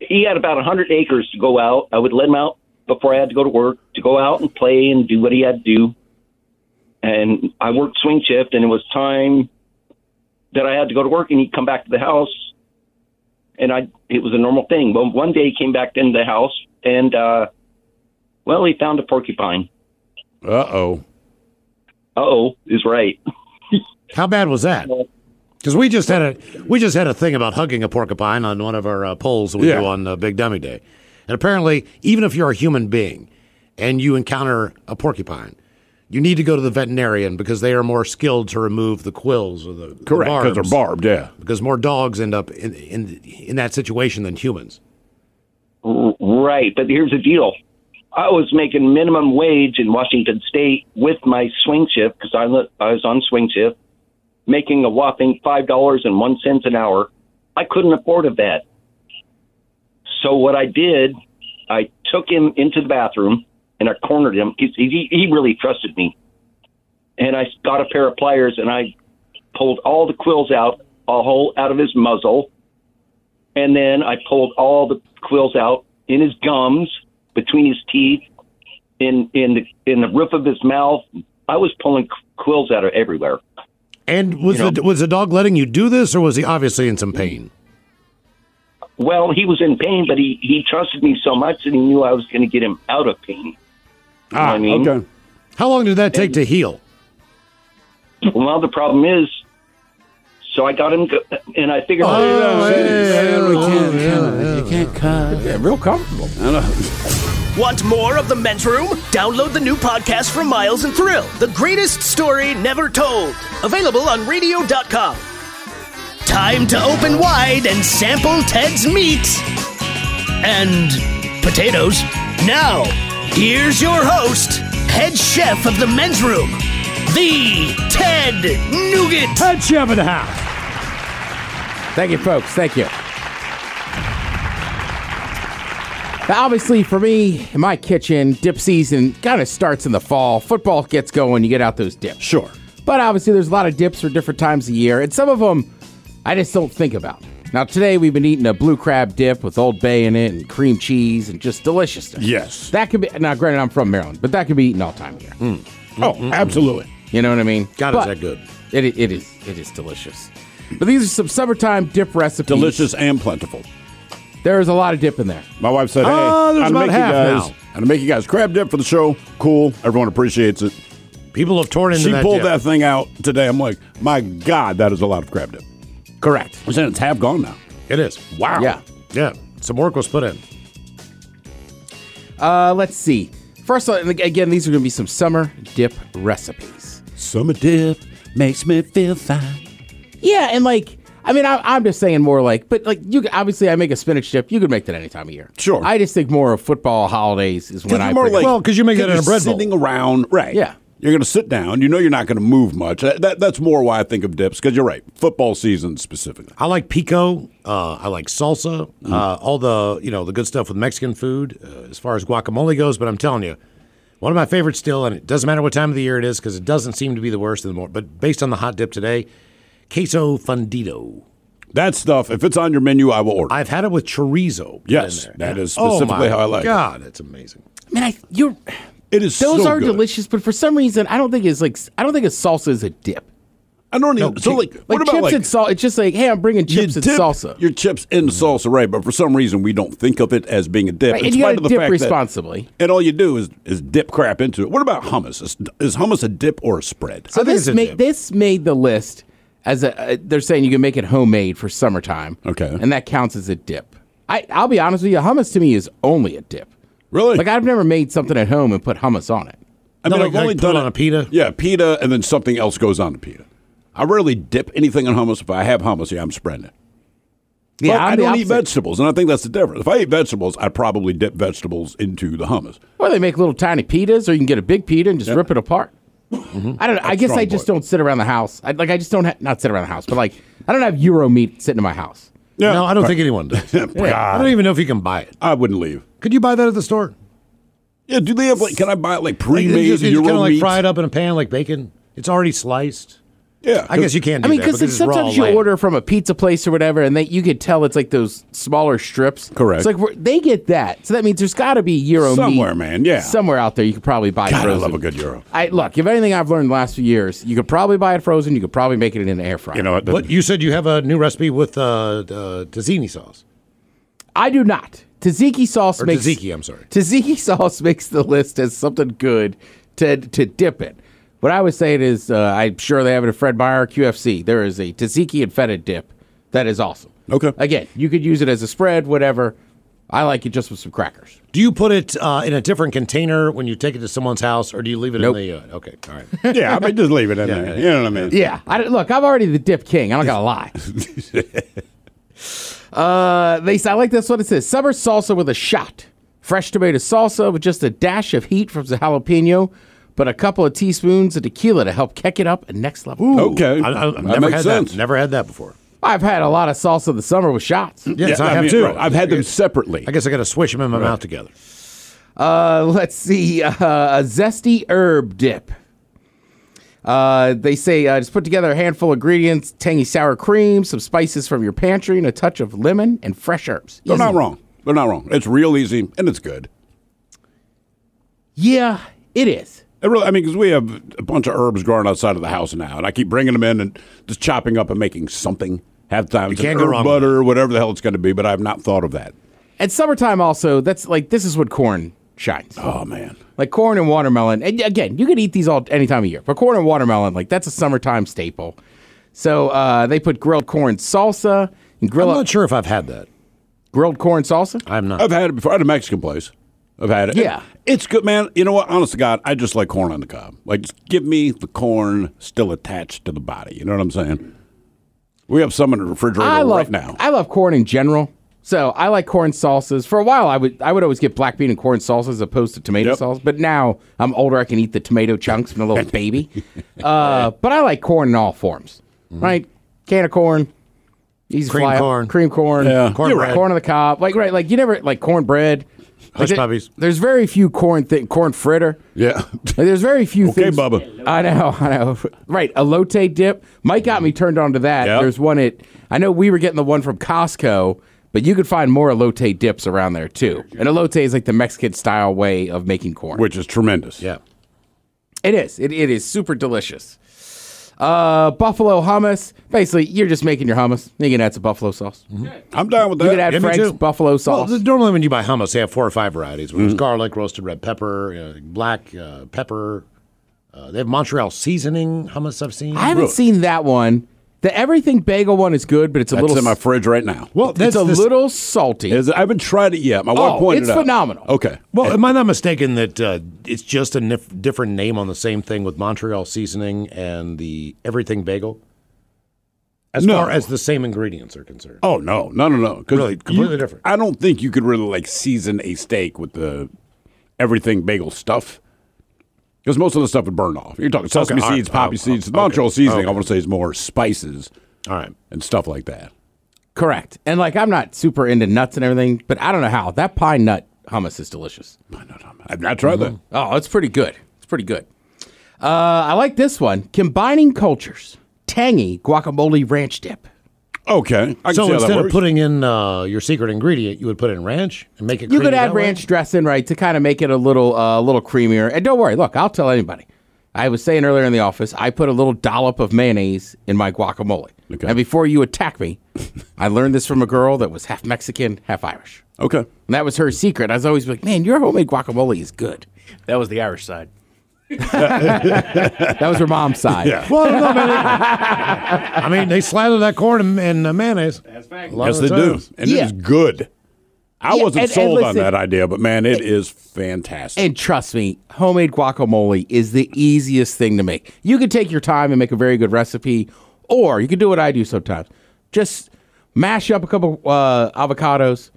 he had about a 100 acres to go out. I would let him out before I had to go to work to go out and play and do what he had to do. And I worked swing shift, and it was time that I had to go to work, and he'd come back to the house. And I, it was a normal thing. Well, one day he came back into the house, and uh, well, he found a porcupine. Uh oh. Uh oh is right. How bad was that? Uh, Because we just had a we just had a thing about hugging a porcupine on one of our uh, polls that we Yeah. do on uh, Big Dummy Day, and apparently, even if you're a human being and you encounter a porcupine, you need to go to the veterinarian because they are more skilled to remove the quills or the the Correct, 'cause they're barbs. barbed, yeah. because more dogs end up in in in that situation than humans. R- Right, but here's the deal. I was making minimum wage in Washington State with my swing shift because I, li- I was on swing shift, making a whopping five dollars and one cents an hour. I couldn't afford a vet, so what I did, I took him into the bathroom and I cornered him. He, he, he really trusted me, and I got a pair of pliers and I pulled all the quills out, a hole out of his muzzle, and then I pulled all the quills out in his gums, between his teeth, in in the in the roof of his mouth. I was pulling qu- quills out of everywhere. And was the was the dog letting you do this, or was he obviously in some pain? Well, he was in pain, but he, he trusted me so much that he knew I was going to get him out of pain. You know what Ah, I mean? okay. How long did that take to heal? Well, the problem is, so I got him, go- and I figured. Oh, You can't cut. Yeah, real comfortable. I know. Want more of the men's room? Download the new podcast from Miles and Thrill, the greatest story never told. Available on radio.com. Time to open wide and sample Ted's meat and potatoes. Now, here's your host, head chef of the men's room, the Ted Nugent. Head chef of the house. Thank you, folks. Thank you. Now, obviously, for me, in my kitchen, dip season kind of starts in the fall. Football gets going, you get out those dips. Sure. But obviously, there's a lot of dips for different times of year, and some of them I just don't think about. Now, today we've been eating a blue crab dip with Old Bay in it and cream cheese and just delicious stuff. Yes. That could be, now, granted, I'm from Maryland, but that could be eaten all time of year. Oh, absolutely. You know what I mean? God, is But that good. It, it is. It is delicious. But these are some summertime dip recipes. Delicious and plentiful. There is a lot of dip in there. My wife said, "Hey, Ah, there's I'm about gonna make half you guys, now. I'm gonna make you guys crab dip for the show. Cool, everyone appreciates it. People have torn into She that pulled dip. that thing out today. I'm like, my God, that is a lot of crab dip. Correct. I said it's half gone now. It is. Wow. Yeah. Yeah. Some work was put in. Uh, let's see. First, of all, and again, these are going to be some summer dip recipes. Summer dip makes me feel fine. Yeah, and like, I mean, I, I'm just saying more like, but like, you could- obviously, I make a spinach dip. You could make that any time of year. Sure. I just think more of football holidays is when I bring it. you're sitting around, right? Yeah. You're going to sit down. You know you're not going to move much. That, that- that's more why I think of dips because you're right. Football season specifically. I like pico. Uh, I like salsa. Uh, all the you know the good stuff with Mexican food uh, as far as guacamole goes. But I'm telling you, one of my favorites still, and it doesn't matter what time of the year it is because it doesn't seem to be the worst of the more. But based on the hot dip today, queso fundido. That stuff, if it's on your menu, I will order. I've had it with chorizo. Yes, that is specifically oh my how I like. it. God, it's amazing. Man, I, you're. It is. Those so are good. delicious, but for some reason, I don't think it's like I don't think a salsa is a dip. I don't even. so like, what about chips like and salsa? It's just like, hey, I'm bringing you chips and dip salsa. Your chips in salsa, right? But for some reason, we don't think of it as being a dip. Right, in and you spite gotta of the dip fact that- responsibly. and all you do is is dip crap into it. What about hummus? Is, is hummus a dip or a spread? So this made this made the list as a. Uh, they're saying you can make it homemade for summertime. Okay, and that counts as a dip. I I'll be honest with you, hummus to me is only a dip. Really? Like I've never made something at home and put hummus on it. I mean, I've only done it on a pita. Yeah, pita, and then something else goes on to pita. I rarely dip anything in hummus. If I have hummus, yeah, I'm spreading it. Yeah, But I'm I the don't eat opposite. vegetables, and I think that's the difference. If I eat vegetables, I probably dip vegetables into the hummus. Well, they make little tiny pitas, or you can get a big pita and just rip it apart. I don't. know. I That's guess I strong just don't sit around the house. I, like I just don't ha- not sit around the house, but like I don't have Euro meat sitting in my house. No, I don't think anyone does. I don't even know if you can buy it. I wouldn't leave. Could you buy that at the store? Yeah, do they have like? Can I buy it like pre-made? Like, it's Euro kind of like meat? fried up in a pan like bacon. It's already sliced. Yeah, I guess you can. Do I mean, that because it's raw sometimes you lamb. order from a pizza place or whatever, and they, you could tell it's like those smaller strips. Correct. It's like we're- they get that, so that means there's got to be Euro meat Somewhere, man, yeah. somewhere out there. You could probably buy. God, I frozen. love a good gyro. I look. If anything I've learned the last few years, you could probably buy it frozen. You could probably make it in an air fryer. You know What you said you have a new recipe with uh, uh, tzatziki sauce I do not. Tzatziki sauce or makes tzatziki. I'm sorry. Tzatziki sauce makes the list as something good to to dip in. What I would say it is, uh, I'm sure they have it at Fred Meyer QFC. There is a tzatziki and feta dip that is awesome. Okay. Again, you could use it as a spread, whatever. I like it just with some crackers. Do you put it uh, in a different container when you take it to someone's house, or do you leave it Nope. in the? Uh, okay, all right. yeah, I mean, just leave it in there. You know what I mean? Yeah. I, don't- look, I'm already the dip king. I'm not gonna lie. uh, they I like this one. It says summer salsa with a shot, fresh tomato salsa with just a dash of heat from the jalapeno, but a couple of teaspoons of tequila to help kick it up a next level. Okay, I, I, I've never had that. Never had that before. I've had a lot of salsa this summer with shots. Yes, Mm, I, have too. separately. I guess I got to swish them in my mouth together. Uh, let's see, uh, a zesty herb dip. Uh, they say uh, just put together a handful of ingredients: tangy sour cream, some spices from your pantry, and a touch of lemon and fresh herbs. They're not Easy. wrong. They're not wrong. It's real easy and it's good. Yeah, it is. It really, I mean, because we have a bunch of herbs growing outside of the house now, and I keep bringing them in and just chopping up and making something. Half the time it's can't go an herb wrong with butter or whatever the hell it's going to be, but I've not thought of that. And summertime also, that's like this is what corn shines. Oh man. Like corn and watermelon. And again, you could eat these all any time of year. But corn and watermelon, like that's a summertime staple. So uh, they put grilled corn salsa and grill I'm not sure if I've had that. Grilled corn salsa? I'm not. I've had it before at a Mexican place. I've had it. Yeah. It- it's good, man. You know what? Honest to God, I just like corn on the cob. Like, just give me the corn still attached to the body. You know what I'm saying? We have some in the refrigerator I love right now. I love corn in general. So I like corn salsas. For a while, I would I would always get black bean and corn salsas as opposed to tomato sauce. But now I'm older, I can eat the tomato chunks from a little baby. Uh, but I like corn in all forms, Mm-hmm. right? Can of corn, easy Cream fly up, corn. cream corn, Yeah. corn, You're right. corn on the cob, like right, like you never like cornbread. Hush there- puppies. There's very few corn thi- corn fritter. Yeah. there's very few Okay, things. Bubba. I know, I know. Right, elote dip. Mike got me turned on to that. There's one at I know we were getting the one from Costco, but you could find more elote dips around there too. And elote is like the Mexican style way of making corn. Which is tremendous. Yeah. It is. It, it is super delicious. Uh, buffalo hummus. Basically, you're just making your hummus. You can add some buffalo sauce. Mm-hmm. I'm down with You could add Frank's buffalo sauce. Mm-hmm. Well, normally, when you buy hummus, they have four or five varieties. There's garlic, roasted red pepper, you know, black uh, pepper. Uh, they have Montreal seasoning hummus. I've seen. I haven't seen that one. The everything bagel one is good, but it's a That's little in my s- fridge right now. Well, it's a little salty. Is it- I haven't tried it yet. My wife Oh, pointed it's it out. phenomenal. Okay. Well, am I not mistaken that uh, it's just a nif- different name on the same thing with Montreal seasoning and the everything bagel? As No. far as the same ingredients are concerned. Oh no, no, no, no! 'Cause Really, completely you- different. I don't think you could really like season a steak with the everything bagel stuff because most of the stuff would burn off. You're talking sesame Okay, all right. seeds, poppy Oh, seeds, oh, Montreal okay. seasoning. I Okay. want to say is more spices, all right, and stuff like that. Correct. And like I'm not super into nuts and everything, but I don't know how that pine nut hummus is delicious. Pine nut hummus. I've not tried that. Oh, it's pretty good. It's pretty good. Uh, I like this one. Combining cultures. Tangy guacamole ranch dip. Okay. I can so see how that instead of works. putting in uh, your secret ingredient, you would put in ranch and make it. You could creamy add that way? ranch dressing, right, to kind of make it a little uh, a little creamier. And don't worry, look, I'll tell anybody. I was saying earlier in the office, I put a little dollop of mayonnaise in my guacamole. Okay. And before you attack me, I learned this from a girl that was half Mexican, half Irish. Okay. And that was her secret. I was always like, man, your homemade guacamole is good. That was the Irish side. that was her mom's side. Yeah. Well, no, man, they- I mean, they slather that corn and, and uh, mayonnaise. That's fact. Yes, they do, and it Yeah. is good. I Yeah, wasn't and- and sold on listen- that idea, but man, it is fantastic. And trust me, homemade guacamole is the easiest thing to make. You can take your time and make a very good recipe, or you can do what I do sometimes. Just mash up a couple uh, avocados,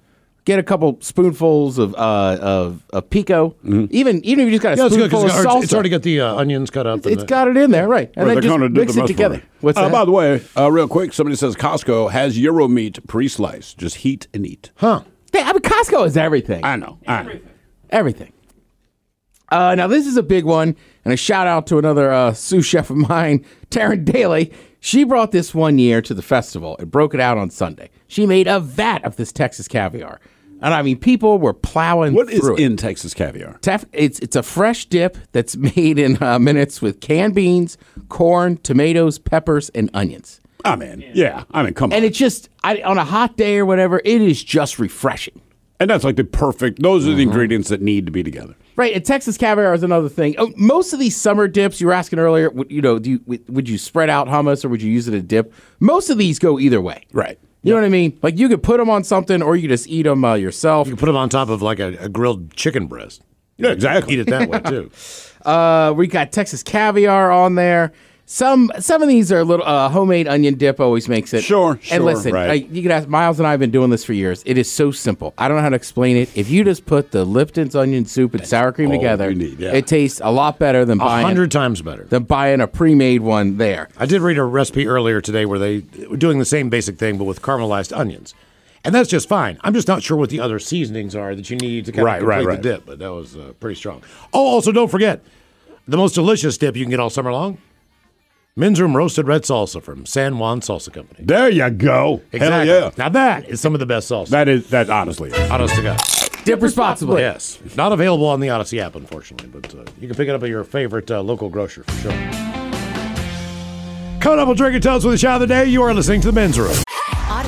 get a couple spoonfuls of uh, of, of pico, even even if you just got a Yeah, it's good spoonful because it's, of already- salsa. it's already got the uh, onions cut up. and it's the- got it in there, right? And Where then they're gonna just do the mix it most together. for me. What's Uh, that? By the way, uh, real quick, somebody says Costco has Euro meat pre-sliced. Just heat and eat. Huh. They, I mean, Costco is everything. I know. Everything. Everything. Uh, now, this is a big one, and a shout out to another uh, sous chef of mine, Taryn Daly. She brought this one year to the festival and broke it out on Sunday. She made a vat of this Texas caviar. And I mean, people were plowing What is through it. in Texas caviar? Tef- it's it's a fresh dip that's made in uh, minutes with canned beans, corn, tomatoes, peppers, and onions. I mean, Ah, yeah. I mean, come on. And it's just I, on a hot day or whatever, it is just refreshing. And that's like the perfect. Those are the Mm-hmm. ingredients that need to be together. Right, and Texas caviar is another thing. Oh, most of these summer dips you were asking earlier, would, you know, do you, would- would you spread out hummus or would you use it to dip? Most of these go either way. Right. You know what I mean? Like you could put them on something, or you could just eat them uh, yourself. You could put them on top of like a, a grilled chicken breast. Yeah, exactly. Eat it that way too. Uh, we got Texas caviar on there. Some some of these are a little uh, homemade onion dip always makes it. Sure, sure, And listen, right. like, you can ask Miles and I have been doing this for years. It is so simple. I don't know how to explain it. If you just put the Lipton's onion soup and sour cream all together, you need, yeah. it tastes a lot better than A buying hundred times better. than buying a pre-made one there. I did read a recipe earlier today where they were doing the same basic thing but with caramelized onions, and that's just fine. I'm just not sure what the other seasonings are that you need to kind Right, of right, complete right. the dip. But that was uh, pretty strong. Oh, also don't forget the most delicious dip you can get all summer long: Men's Room roasted red salsa from San Juan Salsa Company. There you go. Exactly. Hell yeah. Now that is some of the best salsa. That is that honestly. Honest to God. Dip responsibly. Yes. Not available on the Odyssey app, unfortunately, but uh, you can pick it up at your favorite uh, local grocer for sure. Coming up on Drinking Tales with a Shot of the Day, you are listening to The Men's Room.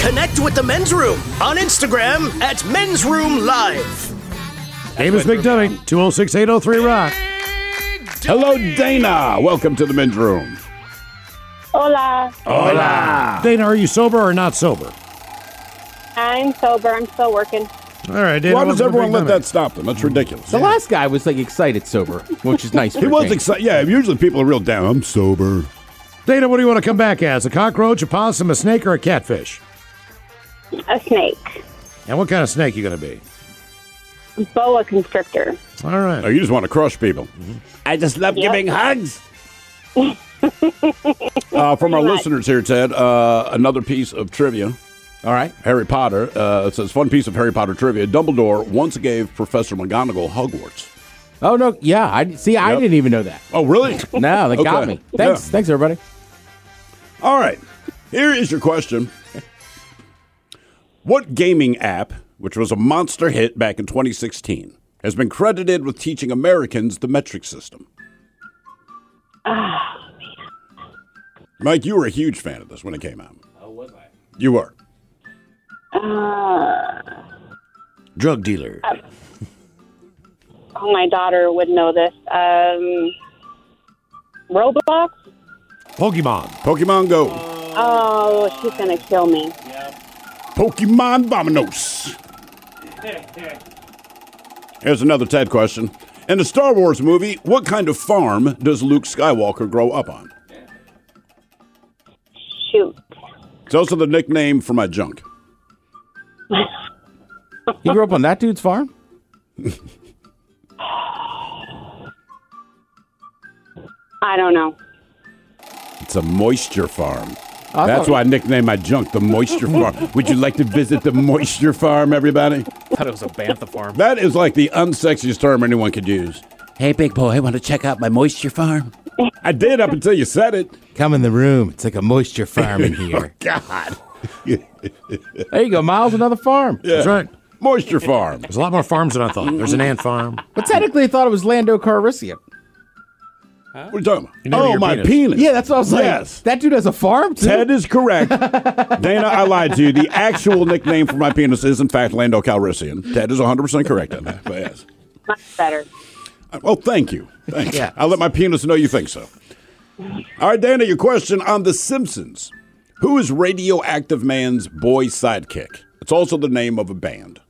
Connect with the men's room on Instagram at Men's Room Live. Davis Big oh Dummy, 206 803 Rock. Hello, Dana. Welcome to the men's room. Hola. Hola. Dana, are you sober or not sober? I'm sober. I'm still working. All right, Dana. Why what's does the everyone big let limit? that stop them? That's ridiculous. The last guy was like excited sober, which is nice. He was excited. Yeah, usually people are real down. I'm sober. Dana, what do you want to come back as? A cockroach, a possum, a snake, or a catfish? A snake. And what kind of snake you going to be? Boa constrictor. All right. Oh, you just want to crush people. I just love Yep. giving hugs. Uh, from our listeners here, Ted, uh, another piece of trivia. All right. Harry Potter. Uh, it says, fun piece of Harry Potter trivia. Dumbledore once gave Professor McGonagall Hogwarts. Oh no! Yeah, I see. I didn't even know that. Oh, really? No, that got Okay. me. Thanks, Yeah. thanks everybody. All right. Here is your question. What gaming app, which was a monster hit back in 2016, has been credited with teaching Americans the metric system? Ah, Mike, you were a huge fan of this when it came out. Oh, was I? You were. uh, Drug dealer. oh, my daughter would know this. Um, Roblox. Pokemon. Pokemon Go. Oh, she's gonna kill me. Pokemon Vominos. Here's another Ted question. In the Star Wars movie, what kind of farm does Luke Skywalker grow up on? Shoot. It's also the nickname for my junk. You grew up on that dude's farm. I don't know. It's a moisture farm. I That's thought- why I nicknamed my junk the moisture farm. Would you like to visit the moisture farm, everybody? thought it was a bantha farm. That is like the unsexiest term anyone could use. Hey, big boy, want to check out my moisture farm? I did up until you said it. Come in the room. It's like a moisture farm in here. Oh, God. there you go, Miles. Another farm. That's right. Moisture farm. There's a lot more farms than I thought. There's an ant farm. But technically, I thought it was Lando Calrissian. What are you talking You know Oh, your my penis. penis. Yeah, that's what I was like. Yes. That dude has a farm too. Ted is correct. Dana, I lied to you. The actual nickname for my penis is, in fact, Lando Calrissian. Ted is 100% correct on that. But yes. Much better. Well, thank you. Thank Yeah. you. I'll let my penis know you think so. All right, Dana, your question on The Simpsons. Who is Radioactive Man's boy sidekick? It's also the name of a band.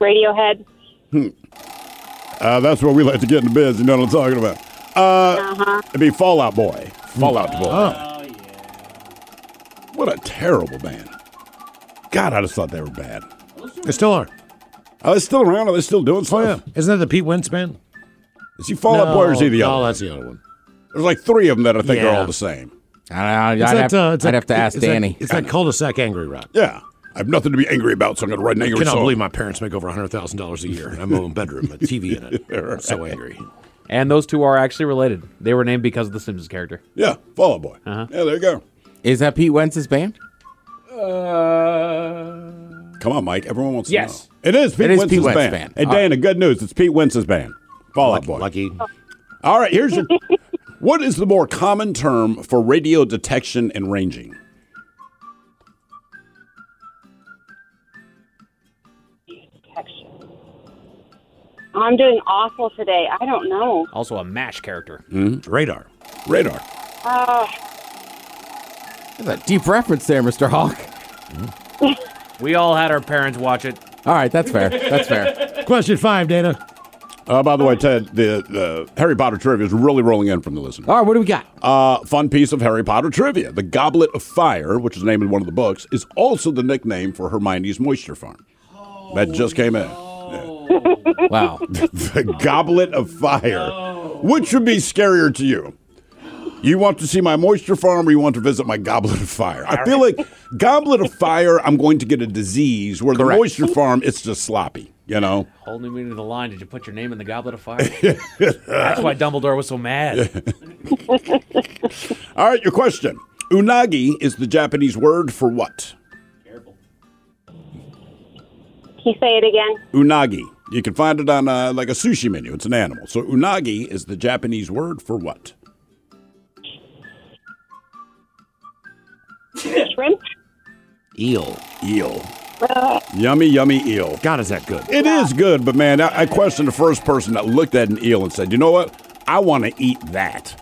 Radiohead. Hmm. Uh, that's what we like to get in the biz. You know what I'm talking about. Uh, Uh-huh. It'd be Fallout Boy. Fallout Mm. Boy. Oh, yeah. What a terrible band. God, I just thought they were bad. They still are. Are they still around? Are they still doing stuff? Oh, yeah. Isn't that the Pete Wentz band? Is he Fallout No, Boy or is he the no, other one? that's the other one. There's like three of them that I think are Yeah. all the same. I don't know. It's I'd, that, have, uh, it's I'd that- have to ask it's that- Danny. it's that cul-de-sac angry rock. Yeah. I have nothing to be angry about, so I'm going to write an I angry cannot song. believe my parents make over hundred thousand dollars a year, and I'm own bedroom, a TV in it. I'm so angry. And those two are actually related. They were named because of the Simpsons character. Yeah, Fall Out Boy. Uh-huh. Yeah, there you go. Is that Pete Wentz's band? Uh, Come on, Mike. Everyone wants Yes. to know. It is Pete It is Wentz's Pete Wentz's band. band. Hey, All Dana, good news. It's Pete Wentz's band. Fall Out Boy. Lucky. All right, here's your. what is the more common term for radio detection and ranging? I'm doing awful today. I don't know. Also a MASH character. Uh, hmm? Radar. Radar. Uh, That's a deep reference there, Mr. Hawk. We all had our parents watch it. All right, that's fair. That's fair. Question five, Dana. Uh, by the way, Ted, the, the Harry Potter trivia is really rolling in from the listeners. All right, what do we got? Uh, fun piece of Harry Potter trivia. The Goblet of Fire, which is named in one of the books, is also the nickname for Hermione's moisture farm. that just came in. Wow. the Goblet of Fire. Which would be scarier to you? You want to see my moisture farm or you want to visit my goblet of fire? I feel like goblet of fire, I'm going to get a disease where the Correct. moisture farm, it's just sloppy, you know? Whole new meaning to the line. Did you put your name in the goblet of fire? That's why Dumbledore was so mad. All right, your question. Unagi is the Japanese word for what? Can you say it again? Unagi. You can find it on uh, like a sushi menu. It's an animal. So unagi is the Japanese word for what? Shrimp? Uh, Eel. Eel. Yummy, yummy eel. God, is that good? It is good, but man, I, I questioned the first person that looked at an eel and said, you know what? I want to eat that.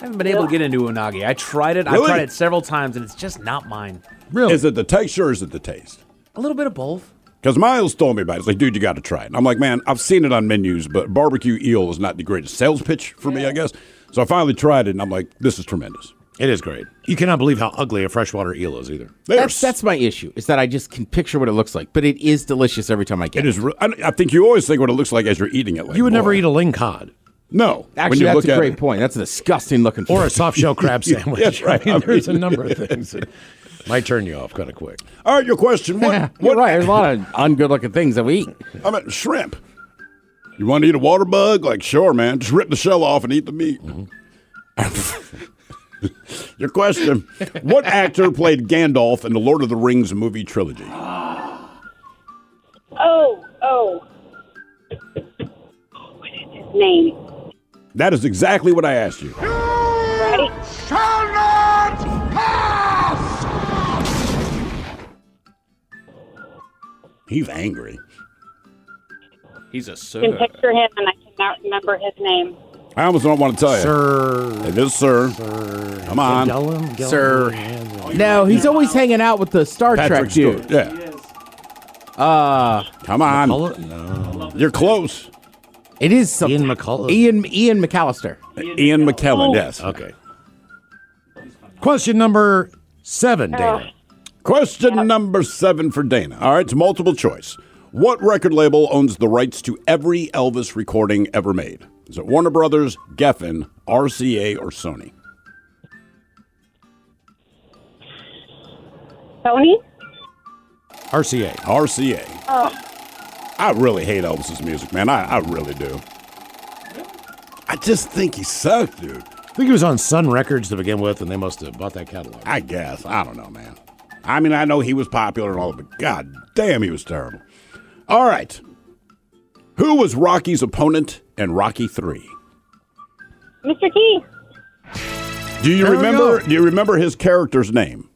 I haven't been able to get into unagi. I tried it. Really? I tried it several times, and it's just not mine. Really? Is it the texture or is it the taste? A little bit of both. Because Miles told me about it. He's like, dude, you got to try it. And I'm like, man, I've seen it on menus, but barbecue eel is not the greatest sales pitch for me, I guess. So I finally tried it, and I'm like, this is tremendous. It is great. You cannot believe how ugly a freshwater eel is either. That's, that's my issue. Is that I just can picture what it looks like, but it is delicious every time I get it. Is re- I, I think you always think what it looks like as you're eating it. Like You would never more. eat a ling cod. No, Actually, you that's look a at great it- point. That's a disgusting looking. Or a soft shell crab Yeah, sandwich. that's right. I mean, I there's a mean- number of things that might turn you off kind of quick. All right, your question. What? You're right. There's a lot of ungood looking things that we eat. I meant shrimp. You want to eat a water bug? Like, sure, man. Just rip the shell off and eat the meat. Mm-hmm. Your question What actor played Gandalf in the Lord of the Rings movie trilogy? Oh, oh. What is his name? That is exactly what I asked you. Shall not pass! He's angry. He's a I can picture him and I cannot remember his name. I almost don't want to tell you. Sir. It is, sir. Sir. Come on. Sir. No, Oh, he's always hanging out with the Star Trek Patrick dude. Stewart. Yeah. Uh, Come on. You're close. It is something. Ian McCullough. Ian, Ian McAllister. Ian McKellen, yes. Okay. Question number seven, Dana. Question number seven for Dana. All right, it's multiple choice. What record label owns the rights to every Elvis recording ever made? Is it Warner Brothers, Geffen, RCA, or Sony? Tony? RCA. RCA. Oh, I really hate Elvis's music, man. I, I really do. I just think he sucked, dude. I think he was on Sun Records to begin with, and they must have bought that catalog. I guess. I don't know, man. I mean, I know he was popular and all, but god damn, he was terrible. All right. Who was Rocky's opponent in Rocky 3? Mr. Key. Do you There we remember? go. Do you remember his character's name?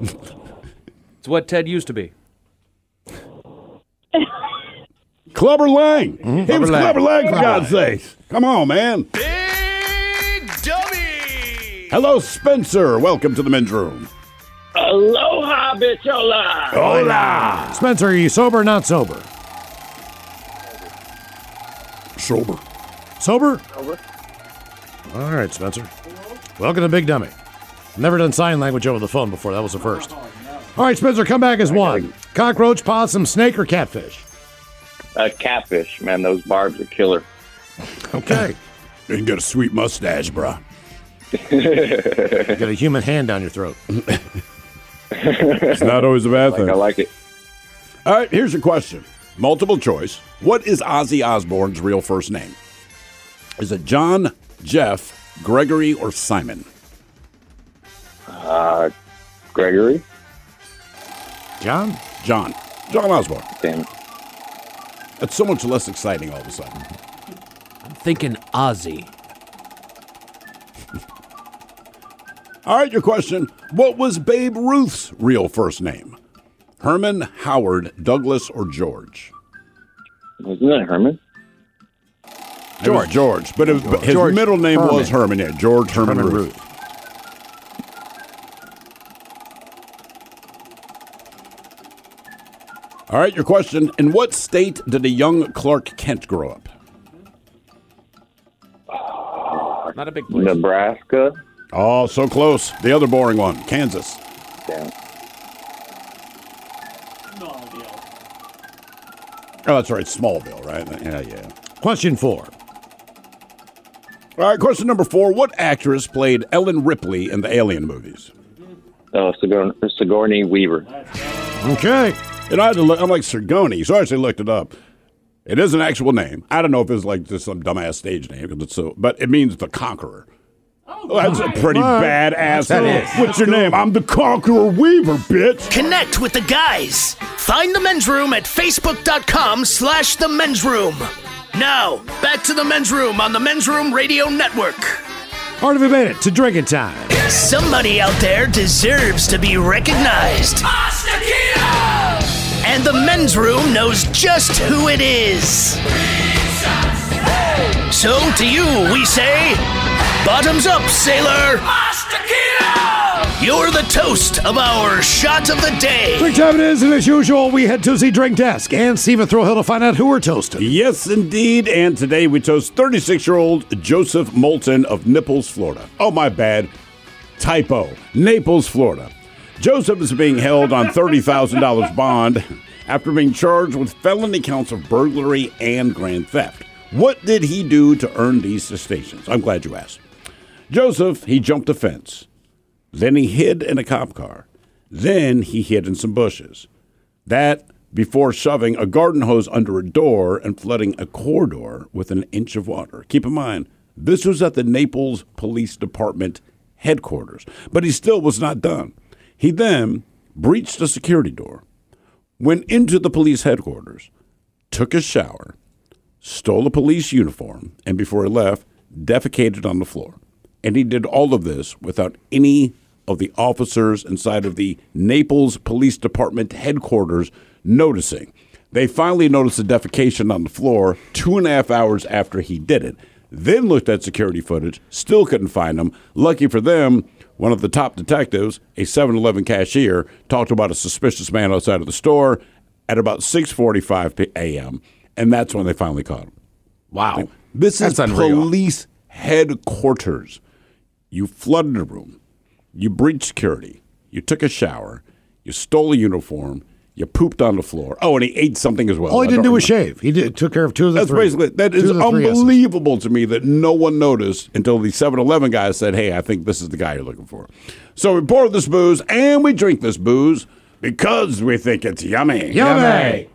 It's what Ted used to be. Clubber Lang. He was Mm-hmm. Clubber Lang. Clubber Lang, for Clubber God's Lang. sake. Come on, man. Big dummy. Hello, Spencer. Welcome to the men's room. Aloha, bitchola. Hola. Spencer, are you sober or not sober? Sober. Sober? All right, Spencer. Welcome to Big Dummy. Never done sign language over the phone before. That was the first. All right, Spencer, come back as one. Cockroach, possum, snake, or catfish? Uh, catfish, man, those barbs are killer. Okay. You can get a sweet mustache, bruh. Get a human hand down your throat. It's not always a bad thing. I like it. All right, here's your question. Multiple choice. What is Ozzy Osbourne's real first name? Is it John, Jeff, Gregory, or Simon? Uh, Gregory? John? John. John Osborne. Damn it. That's so much less exciting all of a sudden. I'm thinking Ozzy. All right, your question. What was Babe Ruth's real first name? Herman, Howard, Douglas, or George? Wasn't that Herman? It was George, but, it- but his George middle name was Herman. Herman. Yeah, George Herman, Herman Ruth. All right, your question. In what state did a young Clark Kent grow up? Not a big place. Nebraska? Oh, so close. The other boring one, Kansas. Damn. Oh, that's right, Smallville, right? Yeah, yeah. Question four All right, question number four. What actress played Ellen Ripley in the Alien movies? Uh, Sigour- Sigourney Weaver. Okay. And I had to look, I'm like Sergoni, so I actually looked it up. It is an actual name. I don't know if it's like just some dumbass stage name, 'cause it's so, but it means the conqueror. Oh, that's a pretty All right. badass. That name. is. What's your name? I'm the Conqueror Weaver, bitch. Connect with the guys. Find the men's room at facebook.com slash the men's room. Now, back to the men's room on the men's room radio network. Art of a minute to drinking time. Somebody out there deserves to be recognized. And the men's room knows just who it is. So to you, we say, bottoms up, sailor. You're the toast of our shot of the day. Drink time it is, and as usual, we head to the drink desk and Steve Thrill Hill to find out who we're toasting. Yes, indeed. And today we chose 36 year old Joseph Moulton of Naples, Florida. Oh, my bad. Typo. Naples, Florida. Joseph is being held on $30,000 bond after being charged with felony counts of burglary and grand theft. What did he do to earn these citations? I'm glad you asked. Joseph, he jumped a fence. Then he hid in a cop car. Then he hid in some bushes. That before shoving a garden hose under a door and flooding a corridor with an inch of water. Keep in mind, this was at the Naples Police Department headquarters, but he still was not done. He then breached a security door, went into the police headquarters, took a shower, stole a police uniform, and before he left, defecated on the floor. And he did all of this without any of the officers inside of the Naples Police Department headquarters noticing. They finally noticed the defecation on the floor two and a half hours after he did it. Then looked at security footage, still couldn't find him. Lucky for them, one of the top detectives, a 7 Eleven cashier, talked about a suspicious man outside of the store at about 6.45 p- a.m., and that's when they finally caught him. Wow. This is That's unreal. police headquarters. You flooded a room. You breached security. You took a shower. You stole a uniform. You pooped on the floor. Oh, and he ate something as well. All he I didn't don't do was shave. He did, took care of two of the that's three. basically that Two is of the three S's. unbelievable to me that no one noticed until the 7-Eleven guy said, "Hey, I think this is the guy you're looking for." So we pour this booze and we drink this booze because we think it's yummy. Yummy. Yummy.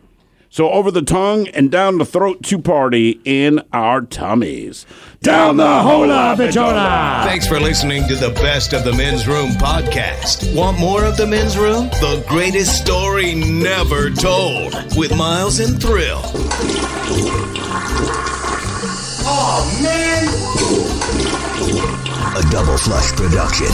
So over the tongue and down the throat to party in our tummies. Down the hola, bitchona. Thanks for listening to the Best of the Men's Room podcast. Want more of the Men's Room? The greatest story never told with Miles and Thrill. Oh, man. A double flush production.